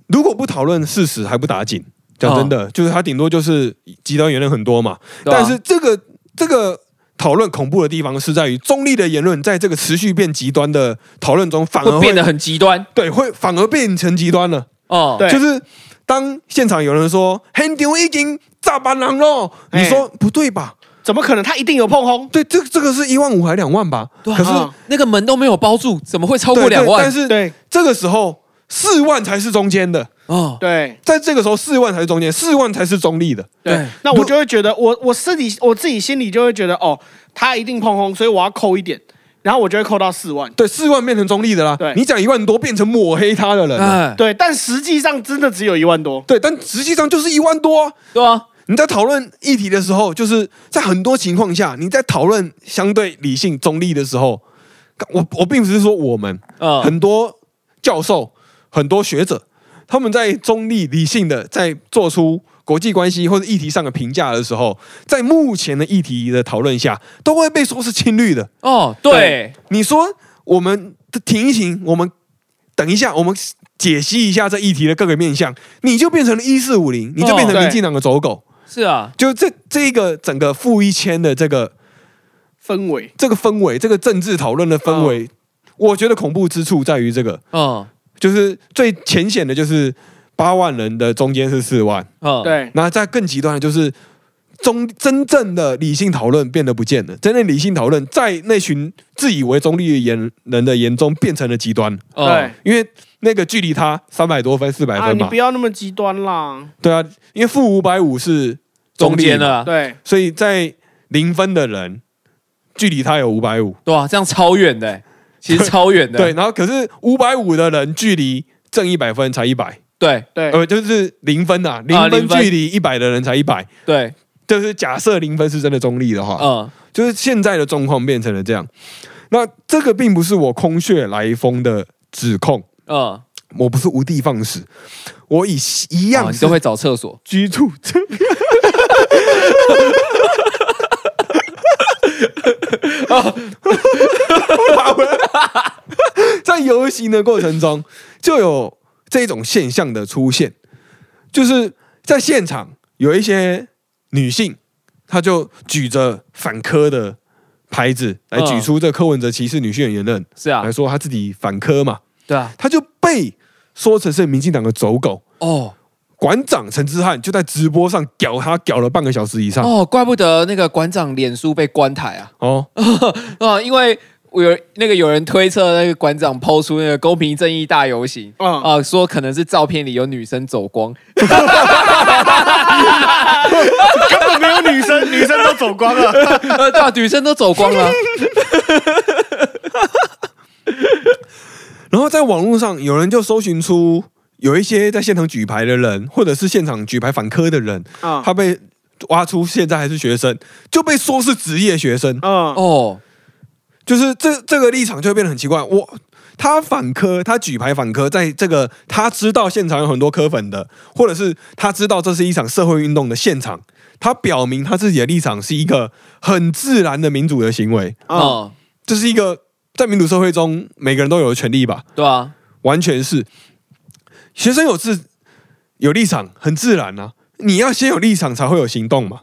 S1: 如果不讨论事实还不打紧，讲真的，就是他顶多就是极端言论很多嘛。
S2: 哦对啊
S1: 但是这个这个讨论恐怖的地方是在于，中立的言论在这个持续变极端的讨论中，反而
S2: 会变
S1: 会
S2: 得很极端
S1: 对会反而变成极端了。
S2: 哦。
S3: 对
S1: 就是当现场有人说“很牛已经炸班狼了”，哦你
S3: 哎
S1: 说不对吧？
S3: 怎么可能？他一定有碰轰。
S1: 对，这这个是一万五还两万吧？
S2: 对啊
S1: 可是
S3: 啊
S2: 那个门都没有包住，怎么会超过
S1: 对对
S2: 两万
S1: 但？是
S3: 对
S1: 这个时候四万才是中间的，
S2: 哦，
S3: 对
S1: 在这个时候四万才是中间，四万才是中立的。
S2: 对
S3: 对，那我就会觉得，我我私底我自己心里就会觉得，哦，他一定碰轰，所以我要扣一点，然后我就会扣到四万。
S1: 对，四万变成中立的啦
S3: 对。
S1: 你讲一万多变成抹黑他的人了。
S2: 哎，
S3: 对，但实际上真的只有一万多。
S1: 对，但实际上就是一万多啊、
S2: 对啊，
S1: 你在讨论议题的时候，就是在很多情况下，你在讨论相对理性中立的时候，我我并不是说我们
S2: 嗯，
S1: 很多教授、很多学者，他们在中立理性的在做出国际关系或者议题上的评价的时候，在目前的议题的讨论下，都会被说是亲绿的。
S2: 哦，对，
S1: 你说我们停一停，我们等一下，我们解析一下这议题的各个面向，你就变成了一四五零，你就变成民进党的走狗。
S2: 是啊，
S1: 就这这个整个负一千的这个
S3: 氛围。
S1: 这个氛围，这个政治讨论的氛围，我觉得恐怖之处在于这个，
S2: 嗯
S1: 就是最浅显的就是八万人的中间是四万，
S4: 哦
S2: 嗯，
S3: 对，
S1: 那在更极端的就是中真正的理性讨论变得不见了，真正理性讨论在那群自以为中立的言人的眼中变成了极端，
S2: 嗯
S3: 对
S1: 因为那个距离他三百多分、四百
S3: 啊，
S1: 分
S3: 你
S1: 嘛
S3: 不，要那么极端啦。
S1: 对啊，因为负五百五是
S2: 中间啊
S1: 的，
S4: 啊
S2: 了，
S3: 对，
S1: 所以在零分的人距离他有五百五，
S2: 对啊，这样超远的欸，其实超远的，
S1: 对，然后可是五百五的人距离正一百分才一百，
S2: 对
S3: 对，
S1: 呃，就是零分啊，零分
S2: 零分
S1: 距离一百的人才一百。
S2: 对，
S1: 就是假设零分是真的中立的话，
S2: 嗯
S1: 就是现在的状况变成了这样。那这个并不是我空穴来风的指控，
S2: 嗯，
S1: 我不是无的放矢，我以一
S2: 哦
S1: 样
S2: 你
S1: 是
S2: 都会找厕所，
S1: 居住证。啊在游行的过程中，就有这种现象的出现，就是在现场有一些女性，她就举着反科的牌子来举出这柯文哲歧视女性的言论，
S2: 是啊
S1: 来，说她自己反科嘛，
S2: 对啊，
S1: 她就被说成是民进党的走狗。
S2: 哦
S1: 馆长陈之汉就在直播上屌他屌了半个小时以上
S2: 哦，怪不得那个馆长脸书被关台啊，
S1: 哦，
S2: 啊，因为有那个有人推测那个馆长抛出那个公平正义大游行。
S3: 嗯，
S2: 啊、说可能是照片里有女生走光，
S4: 根本 没有女生，女生都走光 了。
S2: 呃，对啊，女生都走光了，
S1: 然后在网络上有人就搜寻出有一些在现场举牌的人，或者是现场举牌反科的人，
S3: 嗯，
S1: 他被挖出现在还是学生，就被说是职业学生，
S3: 嗯，
S2: 哦，
S1: 就是这这个立场就会变得很奇怪。我他反科，他举牌反科，在这个他知道现场有很多科粉的，或者是他知道这是一场社会运动的现场，他表明他自己的立场是一个很自然的民主的行为。
S3: 嗯，
S2: 嗯，
S1: 这是一个在民主社会中每个人都有的权利吧？
S2: 对啊，
S1: 完全是学生有自有立场，很自然啊。你要先有立场，才会有行动嘛。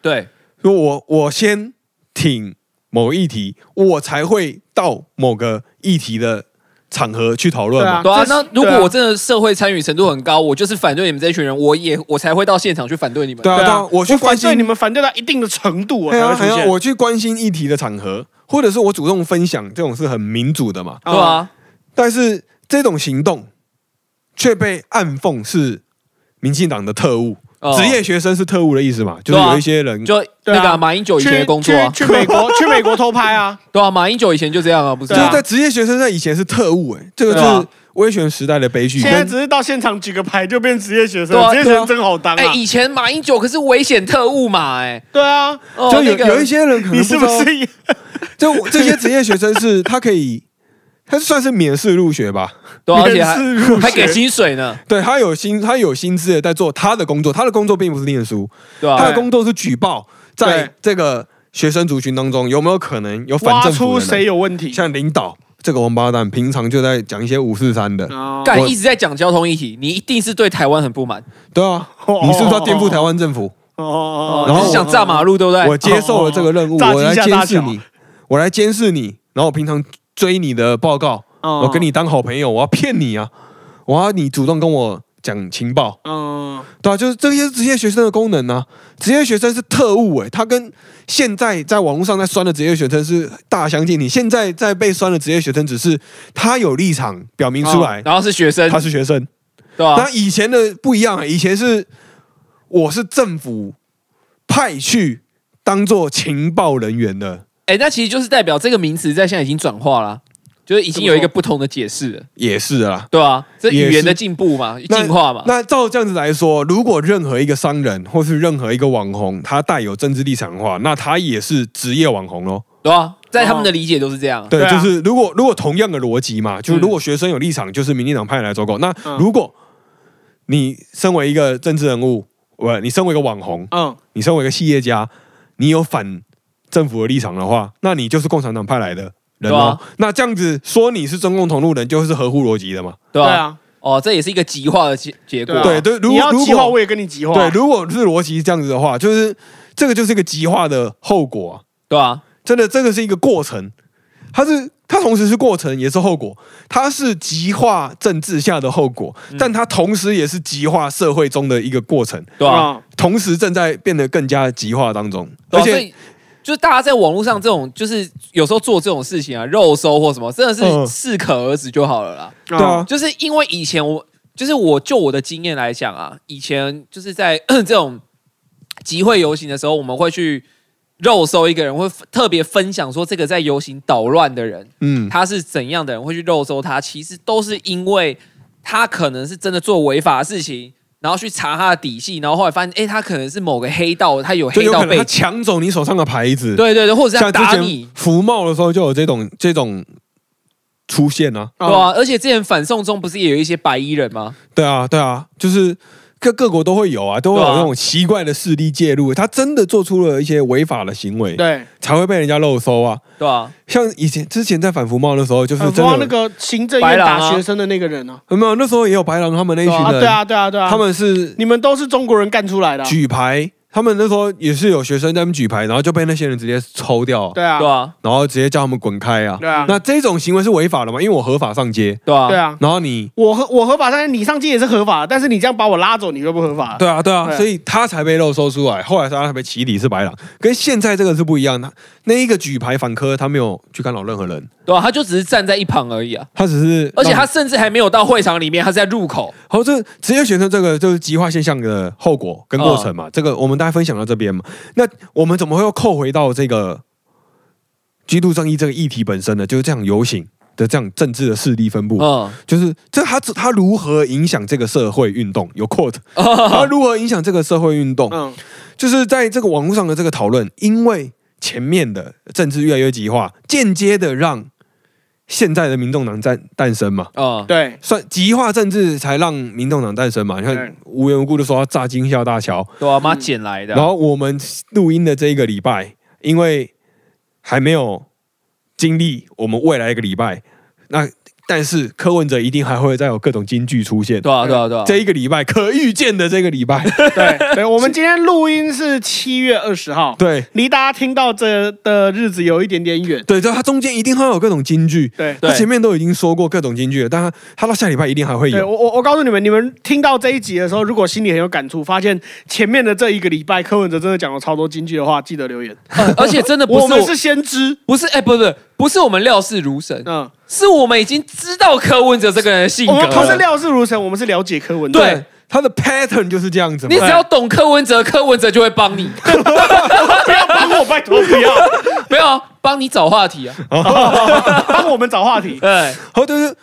S2: 对，
S1: 如果我我先挺某议题，我才会到某个议题的场合去讨论嘛。
S3: 啊
S2: 对啊。
S3: 这
S2: 那
S3: 是
S2: 如
S3: 对
S2: 果
S3: 啊
S2: 我真的社会参与程度很高，我就是反对你们这群人，我也我才会到现场去反对你们。
S1: 对啊，
S3: 对啊
S1: 对啊，我去
S3: 反
S1: 关心
S3: 对你们反对到一定的程度，我
S1: 对
S3: 才
S1: 啊，
S3: 会
S1: 还
S3: 出
S1: 要
S3: 现。
S1: 我去关心议题的场合，或者是我主动分享，这种是很民主的嘛。
S2: 对啊，
S1: 但是这种行动却被暗讽是民进党的特务，
S2: 哦
S1: 职业学生是特务的意思嘛？就
S2: 对啊
S1: 是有一些人，
S2: 就
S3: 嗯对啊
S2: 那个啊马英九以前的工作啊，
S3: 去去去 美国，去美国偷 拍啊，
S2: 对啊，马英九以前就这样啊，不是
S1: 就
S3: 对
S1: 是
S2: 啊
S1: 在职业学生在以前是特务、哎，这个
S2: 对啊
S1: 是威权时代的悲剧。
S3: 现在
S1: 跟
S3: 只是到现场举个牌就变职业学生
S2: 对，啊
S3: 职业学生真好当
S2: 哎
S3: 啊，。
S2: 以前马英九可是危险特务嘛，哎，
S3: 对啊，
S2: 哦
S1: 就有、
S2: 那个
S1: 有一些人可能
S3: 你
S1: 知
S3: 是
S1: 道
S3: 不是也？
S1: 就我这些职业学生是他可以，他算是免试入学吧？
S2: 对啊，而且
S3: 免
S2: 还
S3: 试入学
S2: 还给薪水呢，
S1: 对他有薪，他有薪资的在做他的工作，他的工作并不是念书，
S2: 对
S1: 他
S2: 啊
S1: 的，工作是举报在
S3: 对
S1: 这个学生族群当中有没有可能有反
S3: 挖
S1: 政府
S3: 出
S1: 的人
S3: 谁有问题？
S1: 像领导这个王八蛋，平常就在讲一些五四三的，
S3: 哦
S2: 干
S1: 我
S2: 一直在讲交通议题，你一定是对台湾很不满，
S1: 对啊，
S3: 哦
S1: 你是不是要颠覆台湾政府？
S3: 哦
S2: 哦，
S3: 哦
S1: 然
S2: 你
S1: 后
S2: 是想炸马路对不
S1: 我
S2: 对？
S1: 接受了这个任务，
S3: 哎哦哦哦
S1: 我来监
S3: 炸鸡
S1: 视
S3: 下大
S1: 你，我来监视你，然后我平常追你的报告，
S3: 哦
S1: 我跟你当好朋友，我要骗你啊，我要你主动跟我讲情报，
S3: 嗯，
S1: 对啊，就是这些是职业学生的功能啊，职业学生是特务诶、他跟现在在网络上在酸的职业学生是大相径庭，现在在被酸的职业学生只是他有立场表明出
S3: 哦
S1: 来，
S2: 然后是学生，
S1: 他是学生。
S2: 对吧？
S1: 那以前的不一样，以前是我是政府派去当做情报人员的，
S2: 哎、那其实就是代表这个名词在现在已经转化了啊，就是已经有一个不同的解释了，
S1: 也是啊。
S2: 对啊，这
S1: 也
S2: 语
S1: 是
S2: 言的进步嘛，
S1: 那
S2: 进化嘛，
S1: 那照这样子来说，如果任何一个商人或是任何一个网红，他带有政治立场的话，那他也是职业网红喽。
S2: 对啊，在他们
S1: 哦
S2: 的理解都是这样啊，
S1: 对，
S3: 对啊
S1: 就是如果如果同样的逻辑嘛，就是
S2: 嗯
S1: 如果学生有立场，就是民进党派来走狗。那
S3: 嗯
S1: 如果你身为一个政治人物，呃，你身为一个网红，
S3: 嗯，
S1: 你身为一个企业家，你有反政府的立场的话，那你就是共产党派来的人
S2: 对
S1: 哦
S2: 啊。
S1: 那这样子说你是中共同路人，就是合乎逻辑的嘛？
S2: 对
S3: 对
S2: 吧、啊？
S3: 啊，
S2: 哦，这也是一个极化的结结果。
S3: 啊
S1: 对对如
S3: 你要
S1: 如
S3: 极化，
S1: 果
S3: 我也跟你极化。
S2: 啊
S1: 对，如果是逻辑是这样子的话，就是这个就是一个极化的后果、啊。
S2: 对啊，
S1: 真的，这个是一个过程，它是它同时是过程，也是后果，它是极化政治下的后果，
S2: 嗯
S1: 但它同时也是极化社会中的一个过程，
S2: 对啊，
S3: 啊，
S1: 同时正在变得更加极化当中，
S2: 对
S1: 而
S2: 啊所
S1: 且
S2: 以就是大家在网络上这种，就是有时候做这种事情啊，肉搜或什么，真的是
S1: 嗯
S2: 适可而止就好了啦。
S1: 对
S3: 嗯
S1: 啊，
S2: 就是因为以前我，就是我就我的经验来讲啊，以前就是在 这种集会游行的时候，我们会去肉搜一个人，会特别分享说这个在游行捣乱的人，
S1: 嗯，
S2: 他是怎样的人会去肉搜他，其实都是因为他可能是真的做违法的事情，然后去查他的底细，然后后来发现，哎、他可能是某个黑道，他有
S1: 就
S2: 黑
S1: 有
S2: 道
S1: 可能
S2: 背
S1: 他
S2: 景，
S1: 抢走你手上的牌子，，
S2: 对对对，或者是他
S1: 像之
S2: 打
S1: 前
S2: 你，
S1: 服贸的时候就有这种这种出现啊，
S3: 嗯
S2: 对啊，而且之前反送中不是也有一些白衣人吗？
S1: 对啊，对啊，就是各各国都会有啊，都会有
S2: 对啊
S1: 那种奇怪的势力介入，他真的做出了一些违法的行为，
S3: 对，
S1: 才会被人家漏搜啊。
S2: 对啊，
S1: 像以前之前在反服贸的时候，就是
S3: 很
S1: 真的
S3: 多
S1: 有、
S3: 嗯那个行政
S2: 白
S3: 院
S2: 狼啊
S3: 打学生的那个人啊，
S1: 有没有那时候也有白狼他们那一群人，
S3: 啊，对啊，对啊，对啊，
S1: 他们是
S3: 你们都是中国人干出来的啊，
S1: 举牌，他们那时候也是有学生在那边举牌，然后就被那些人直接抽掉，
S3: 对啊，
S2: 对啊，
S1: 然后直接叫他们滚开啊。
S3: 对啊，
S1: 那这种行为是违法的嘛？因为我合法上街，
S2: 对啊，
S3: 对啊，
S1: 然后你
S3: 我合我合法上街，你上街也是合法的，但是你这样把我拉走，你就不合法了。
S1: 对啊对啊，
S3: 对
S1: 所以他才被肉搜出来，后来他才被起底是白狼，跟现在这个是不一样的。那一个举牌反科，他没有去干扰任何人，
S2: 对啊，他就只是站在一旁而已啊，
S1: 他只是
S2: 而且
S1: 让
S2: 他甚至还没有到会场里面，他是在入口。
S1: 好，这职业选择这个就是极化现象的后果跟过程嘛，
S2: 嗯
S1: 这个我们大家分享到这边嘛。那我们怎么会又扣回到这个极度正义这个议题本身呢？就是这样游行的这样政治的势力分布，
S2: 嗯，
S1: 就是这它它如何影响这个社会运动？有 quote，它
S2: 嗯
S1: 如何影响这个社会运动？
S3: 嗯，
S1: 就是在这个网络上的这个讨论，因为前面的政治越来越极化，间接的让现在的民众党诞诞生嘛。
S2: 嗯，
S3: 对，
S1: 算极化政治才让民众党诞生嘛？你看
S3: 对
S1: 无缘无故的说要炸金厦大桥，
S2: 对啊，妈捡来的啊。
S1: 然后我们录音的这一个礼拜，因为还没有经历我们未来一个礼拜，那但是柯文哲一定还会再有各种金句出现。
S2: 对啊，对啊，对啊，
S1: 这一个礼拜可预见的这个礼拜，
S3: 对，对，我们今天录音是七月二十号，
S1: 对
S3: 离大家听到这的日子有一点点远。
S1: 对，就它中间一定会有各种金句，
S3: 对，
S2: 对
S1: 他前面都已经说过各种金句了，但他他到下礼拜一定还会
S3: 对
S1: 有。
S3: 我我我告诉你们，你们听到这一集的时候，如果心里很有感触，发现前面的这一个礼拜柯文哲真的讲了超多金句的话，记得留言。
S2: 嗯而且真的不 是
S3: 我们是先知，
S2: 不是哎，不是不是不是我们料事如神，
S3: 嗯，
S2: 是我们已经知道柯文哲这个人的性
S3: 我
S2: 格
S3: 们不是
S2: 了。
S3: 料事如神，我们是了解柯文哲。
S2: 对，
S1: 他的 pattern 就是这样子嘛。
S2: 你只要懂柯文哲，柯文哲就会帮你，
S3: 不要帮我，拜托不要
S2: 没有啊帮你找话题啊。哎
S3: 帮我们找话题。
S2: 对，
S1: 好，就是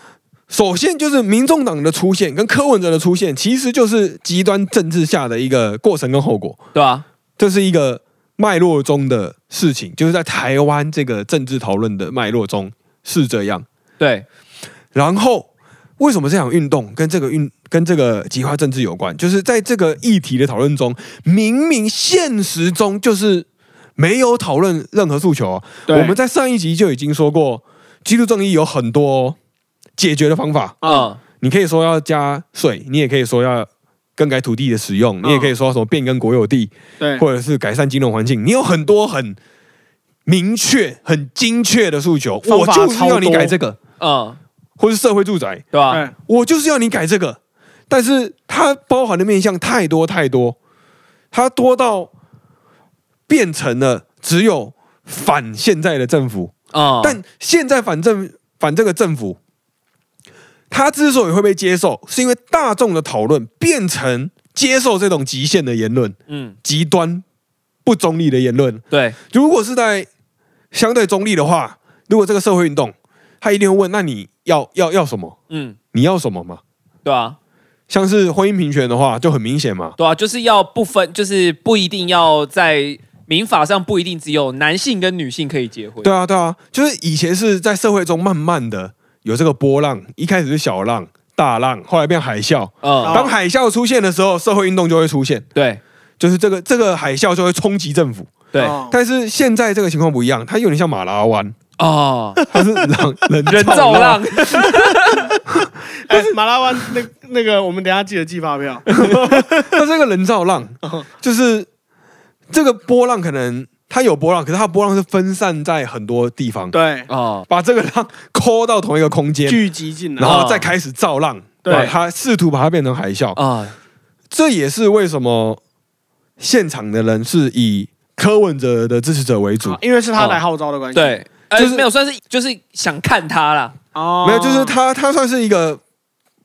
S1: 首先就是民众党的出现跟柯文哲的出现，其实就是极端政治下的一个过程跟后果，
S2: 对啊，
S1: 这是一个脉络中的事情，就是在台湾这个政治讨论的脉络中是这样。
S2: 对，
S1: 然后为什么这场运动跟这个运跟这个极化政治有关？就是在这个议题的讨论中，明明现实中就是没有讨论任何诉求啊、
S3: 对
S1: 我们在上一集就已经说过，基督正义有很多解决的方法。
S2: 嗯，
S1: 你可以说要加税，你也可以说要更改土地的使用，你也可以说什么变更国有地，
S3: 嗯对
S1: 或者是改善金融环境。你有很多很明确、很精确的诉求，
S3: 方
S1: 我
S3: 法
S1: 就是要你
S3: 超多
S1: 改这个，
S2: 嗯，
S1: 或是社会住宅，
S2: 对啊吧？
S3: 对
S1: 我就是要你改这个。但是它包含的面向太多太多，它多到变成了只有反现在的政府，
S2: 嗯，
S1: 但现在反正反这个政府，他之所以会被接受，是因为大众的讨论变成接受这种极限的言论、
S2: 嗯，
S1: 极端不中立的言论。
S2: 对，
S1: 如果是在相对中立的话，如果这个社会运动，他一定会问：那你要要要什么？
S2: 嗯，
S1: 你要什么嘛？
S2: 对啊，
S1: 像是婚姻平权的话，就很明显嘛。
S2: 对啊，就是要不分，就是不一定要在民法上不一定只有男性跟女性可以结婚。
S1: 对啊，对啊，就是以前是在社会中慢慢的有这个波浪，一开始是小浪、大浪，后来变海啸，
S2: 嗯，
S1: 当海啸出现的时候，社会运动就会出现，
S2: 对
S1: 就是这个这个海啸就会冲击政府。
S2: 对，
S3: 哦
S1: 但是现在这个情况不一样，它有点像马拉湾，
S2: 哦，
S1: 它是人人
S2: 人造浪，
S3: 哎，马拉湾那那个，我们等一下记得寄 发票。
S1: 它是一个人造浪，就是这个波浪可能它有波浪，可是它的波浪是分散在很多地方，
S3: 对，
S2: 哦，
S1: 把这个浪 抠到同一个空间，
S3: 聚集进
S1: 然
S3: 来。哦
S1: 后再开始造浪，
S3: 对
S1: 把它试图把它变成海啸。
S2: 啊，
S1: 这也是为什么现场的人是以柯文哲的支持者为主
S3: 啊，因为是他来号召的关系。，
S2: 对，呃
S1: 哎就是
S2: 没有算是就是想看他啦，
S3: 哦，
S1: 没有，就是他他算是一个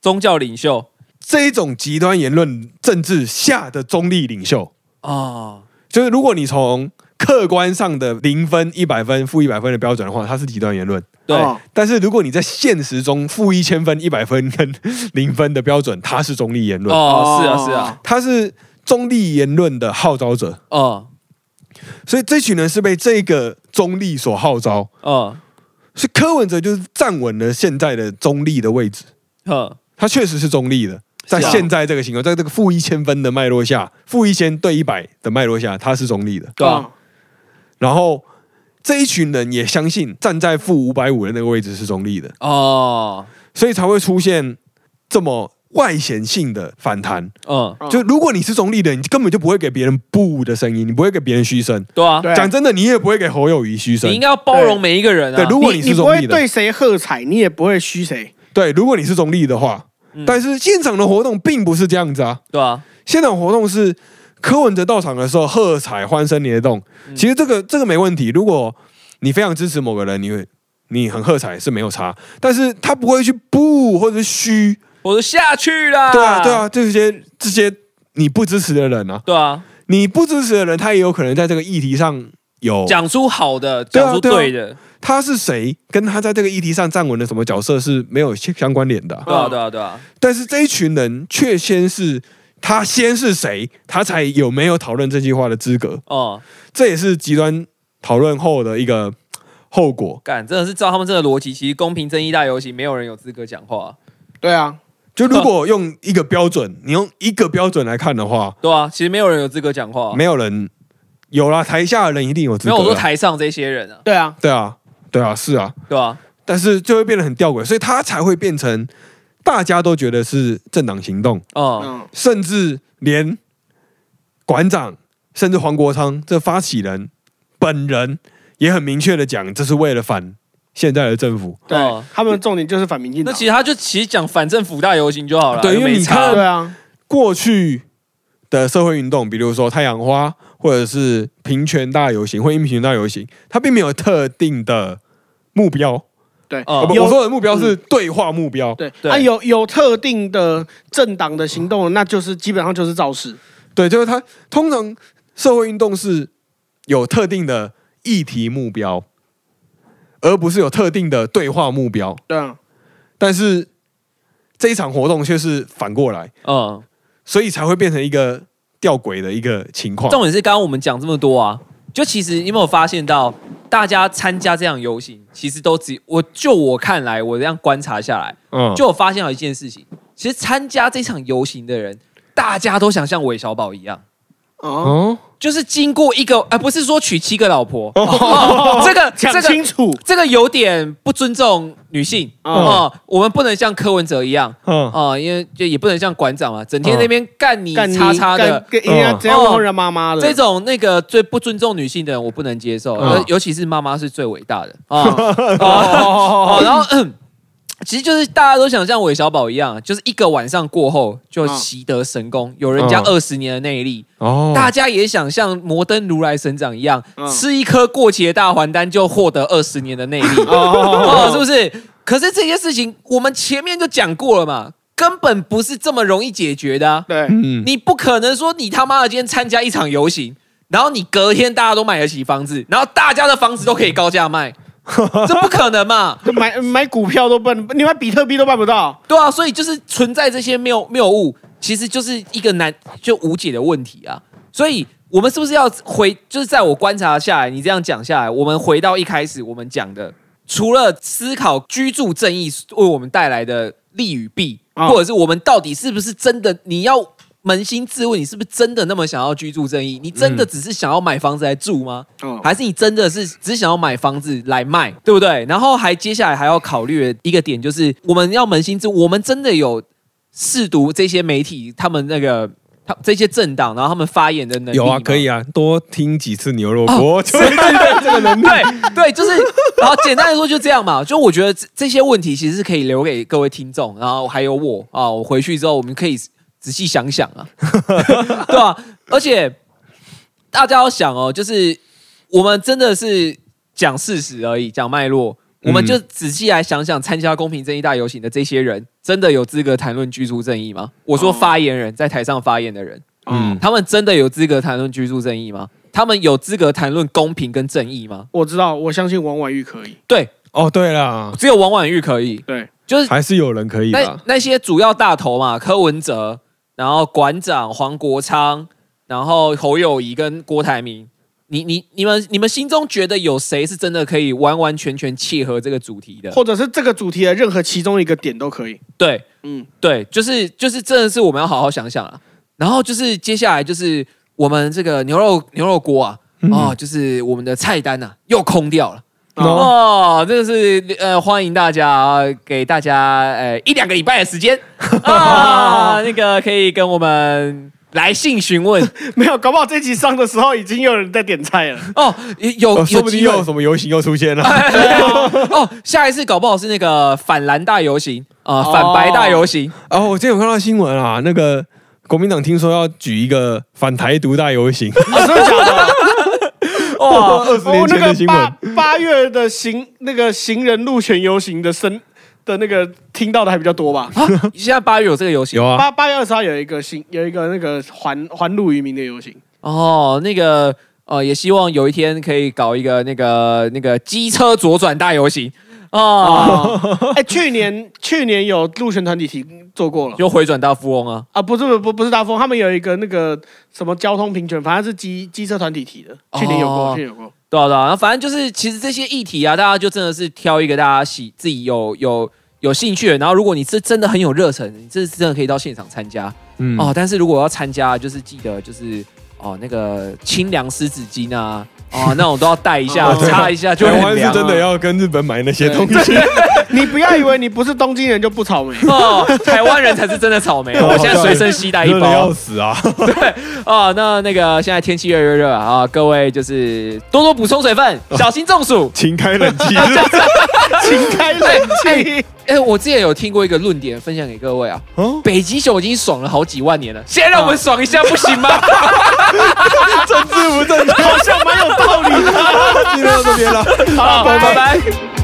S2: 宗教领袖
S1: 这一种极端言论政治下的中立领袖。
S2: 哦，
S1: 就是如果你从客观上的零分、一百分、负一百分的标准的话，它是极端言论。
S2: 对，
S3: 哦
S1: 但是如果你在现实中负一千分、一百分跟零分的标准，它是中立言论，
S2: 哦，是啊，是啊，
S1: 它是中立言论的号召者，
S2: 哦，
S1: 所以这群人是被这个中立所号召。
S2: 哦，
S1: 所以柯文哲就是站稳了现在的中立的位置，
S2: 呵，
S1: 他确实是中立的，在
S2: 是啊
S1: 现在这个情况，在这个负一千分的脉络下，负一千对一百的脉络下，他是中立的。
S2: 对
S3: 哦
S2: 啊，
S1: 然后这一群人也相信站在负五百五的那个位置是中立的，
S2: 哦，
S1: 所以才会出现这么外显性的反弹。
S2: 嗯，
S3: 嗯
S1: 就如果你是中立的，你根本就不会给别人不的声音，你不会给别人嘘声。
S2: 对啊，
S3: 对
S1: 讲真的，你也不会给侯友谊嘘声
S2: 你应。该要包容每一个人啊，
S1: 对，如果
S3: 你
S1: 是
S3: 不
S1: 中
S3: 会
S1: 立的，
S3: 对谁喝彩，你也不会嘘谁。
S1: 对，如果你是中立的话，
S2: 嗯
S1: 但是现场的活动并不是这样子啊。
S2: 对啊，
S1: 现场活动是柯文哲到场的时候喝彩欢声雷动，
S2: 嗯
S1: 其实这个这个没问题。如果你非常支持某个人，你会你很喝彩是没有差，但是他不会去不或者是虚，
S2: 我说下去啦，
S1: 对啊对啊，，这些这些你不支持的人啊，
S2: 对啊，
S1: 你不支持的人，他也有可能在这个议题上有
S2: 讲出好的，
S1: 哦对啊
S2: 讲出
S1: 对啊
S2: 对的，
S1: 他是谁，跟他在这个议题上站稳了什么角色是没有相相关联的啊、
S2: 对啊对啊对啊，
S1: 但是这一群人却先是他先是谁，他才有没有讨论这句话的资格。
S2: 哦，
S1: 这也是极端讨论后的一个后果。
S2: 干，真的是照他们这个逻辑，其实公平正义大游行，没有人有资格讲话，
S3: 对啊，
S1: 就如果用一个标准，你用一个标准来看的话，
S2: 对啊，其实没有人有资格讲话，
S1: 没有人有啦，台下的人一定有资
S2: 没
S1: 格
S2: 有
S1: 啊。
S2: 我说台上这些人啊，
S3: 对啊，
S1: 对啊，对啊，是啊，
S2: 对啊，
S1: 但是就会变得很吊诡，所以他才会变成大家都觉得是政党行动，
S2: 哦，
S3: 嗯，
S1: 甚至连馆长，甚至黄国昌这发起人本人也很明确的讲，这是为了反现在的政府。
S3: 对
S2: 哦，
S3: 他们的重点就是反民进
S2: 那
S3: 党。
S2: 其实他就其实讲反政府大游行就好了，
S1: 对
S2: 又
S1: 因为
S2: 没
S1: 你
S2: 差哦
S1: 看
S3: 对啊，
S1: 过去的社会运动，比如说太阳花，或者是平权大游行、婚姻平权大游行，它并没有特定的目标。
S3: 对，
S2: 哦
S1: 哦不
S3: 有
S1: 我说的目标是对话目标。
S3: 对
S2: 对
S3: 啊，有有特定的政党的行动，那就是基本上就是造势。
S1: 对，就是它通常社会运动是有特定的议题目标，而不是有特定的对话目标。
S3: 对啊，
S1: 但是这一场活动却是反过来，
S2: 嗯，
S1: 所以才会变成一个吊诡的一个情况。
S2: 重点是刚刚我们讲这么多啊，就其实你有没有发现到，大家参加这样游行，其实都只我就我看来，我这样观察下来，
S1: 嗯，
S2: 就我发现了一件事情，其实参加这场游行的人，大家都想像韦小宝一样。
S3: 哦，
S1: 哦，
S2: 就是经过一个，啊、不是说娶七个老婆，哦这个
S3: 讲
S2: 这个
S3: 清楚
S2: 这个有点不尊重女性
S3: 嗯
S2: 哦、我们不能像柯文哲一样
S1: 嗯，
S2: 哦、因为就也不能像馆长嘛，整天那边干你
S3: 嗯干你
S2: 叉叉的哦
S3: 干，跟人家
S1: 嗯
S3: 只要问人妈妈的
S2: 这种那个最不尊重女性的人，我不能接受，
S1: 嗯
S2: 尤尤其是妈妈是最伟大的啊。哦，然后。嗯其实就是大家都想像韦小宝一样，就是一个晚上过后就习得神功，有人家
S1: 嗯
S2: 二十年的内力。
S1: 哦，
S2: 大家也想像摩登如来神掌一样，
S3: 嗯
S2: 吃一颗过期的大还丹就获得二十年的内力，
S3: 哦
S2: 哦，是不是？可是这些事情我们前面就讲过了嘛，根本不是这么容易解决的、啊。
S3: 对，
S1: 嗯，
S2: 你不可能说你他妈的今天参加一场游行，然后你隔天大家都买得起房子，然后大家的房子都可以高价卖，这不可能嘛？
S3: 就买买股票都办，你买比特币都办不到。
S2: 对啊，所以就是存在这些谬谬误，其实就是一个难就无解的问题啊。所以我们是不是要回？就是在我观察下来，你这样讲下来，我们回到一开始我们讲的，除了思考居住正义为我们带来的利与弊，
S3: 啊
S2: 或者是我们到底是不是真的你要扪心自问，你是不是真的那么想要居住正义？你真的只是想要买房子来住吗？
S3: 哦
S2: 还是你真的是只想要买房子来卖，对不对？然后还接下来还要考虑的一个点，就是我们要扪心自问，我们真的有试读这些媒体他们那个他这些政党，然后他们发言的能力
S1: 有啊，
S2: 吗
S1: 可以啊，多听几次牛肉锅 就会知道这个能力。
S2: 对对，就是，然后简单来说就这样嘛。就我觉得这这些问题其实是可以留给各位听众，然后还有我啊，我回去之后我们可以仔细想想啊， 对吧、而且大家要想哦，就是我们真的是讲事实而已，讲脉络。我们就仔细来想想，参加公平正义大游行的这些人，真的有资格谈论居住正义吗？我说
S3: 哦
S2: 发言人在台上发言的人，
S1: 嗯，
S2: 他们真的有资格谈论居住正义吗？他们有资格谈论公平跟正义吗？
S3: 我知道，我相信王婉玉可以。
S2: 对，
S1: 哦，对啦，
S2: 只有王婉玉可以，
S3: 对，
S2: 就是
S1: 还是有人可以
S2: 那
S1: 啦。
S2: 那些主要大头嘛，柯文哲，然后馆长黄国昌，然后侯友谊跟郭台铭，你你你们你们心中觉得有谁是真的可以完完全全契合这个主题的？
S3: 或者是这个主题的任何其中一个点都可以。
S2: 对，
S3: 嗯，
S2: 对，就是就是，真的是我们要好好想想啊。然后就是接下来就是我们这个牛肉牛肉锅啊，
S1: 嗯
S2: 哦，就是我们的菜单呐、啊、又空掉了。哦，这个是呃，欢迎大家啊给大家呃一两个礼拜的时 间啊，那个可以跟我们来信询 问
S3: 没有，搞不好这集上的时候已经有人在点菜了。
S2: 哦，有有
S1: 哦说不定
S2: 机会
S1: 又有什么游行又出现了。
S2: 哦，下一次搞不好是那个反蓝大游行啊、
S3: 哦
S2: 反白大游行，
S1: 哦，我今天有看到新闻啊，那个国民党听说要举一个反台独大游行，
S3: 啊，真的假的？
S2: 哇，
S1: 二十年前的新闻。
S3: 哦那个八八月的行那个行人路权游行的声的那个听到的还比较多吧。
S2: 啊现在八月有这个游行
S1: 有啊，
S3: 八八月二十号有一个新有一个那个环环路渔民的游行，
S2: 哦，那个呃，也希望有一天可以搞一个那个那个机车左转大游行哦，
S3: 哎、去年去年有路权团体提做过了
S2: 就回转大富翁啊。
S3: 啊，不是不不不是大风，他们有一个那个什么交通平权，反正是机机车团体提的，去年有过，
S2: 哦
S3: 去年有过，
S2: 对啊，对啊，然后反正就是，其实这些议题啊，大家就真的是挑一个大家喜自己有有有兴趣的，然后如果你是真的很有热忱，你这是真的可以到现场参加、
S1: 嗯，
S2: 哦。但是如果要参加，就是记得就是哦那个清凉湿纸巾啊，哦那种都要带 一下
S3: 哦
S2: 擦一下就
S1: 台
S2: 会
S1: 湾
S2: 很
S1: 是
S2: 凉
S1: 真的要跟日本买那些东西。
S3: 你不要以为你不是东京人就不草莓。
S2: 哦，台湾人才是真的 草
S1: 哦
S2: 莓，哦我现在随身携带一
S1: 热的
S2: 包
S1: 要。死啊！
S2: 哦，那那个现在天气越来越热啊，各位就是多多补充水分，
S1: 哦
S2: 小心中暑。
S1: 请开冷气。
S3: 请开冷气。
S2: 哎、我之前有听过一个论点，分享给各位啊，
S1: 哦，
S2: 北极熊已经爽了好几万年了，现在让我们爽一下不行吗？
S1: 政治不正确，好像蛮有道理的。今天到这边了。
S2: 好，拜拜。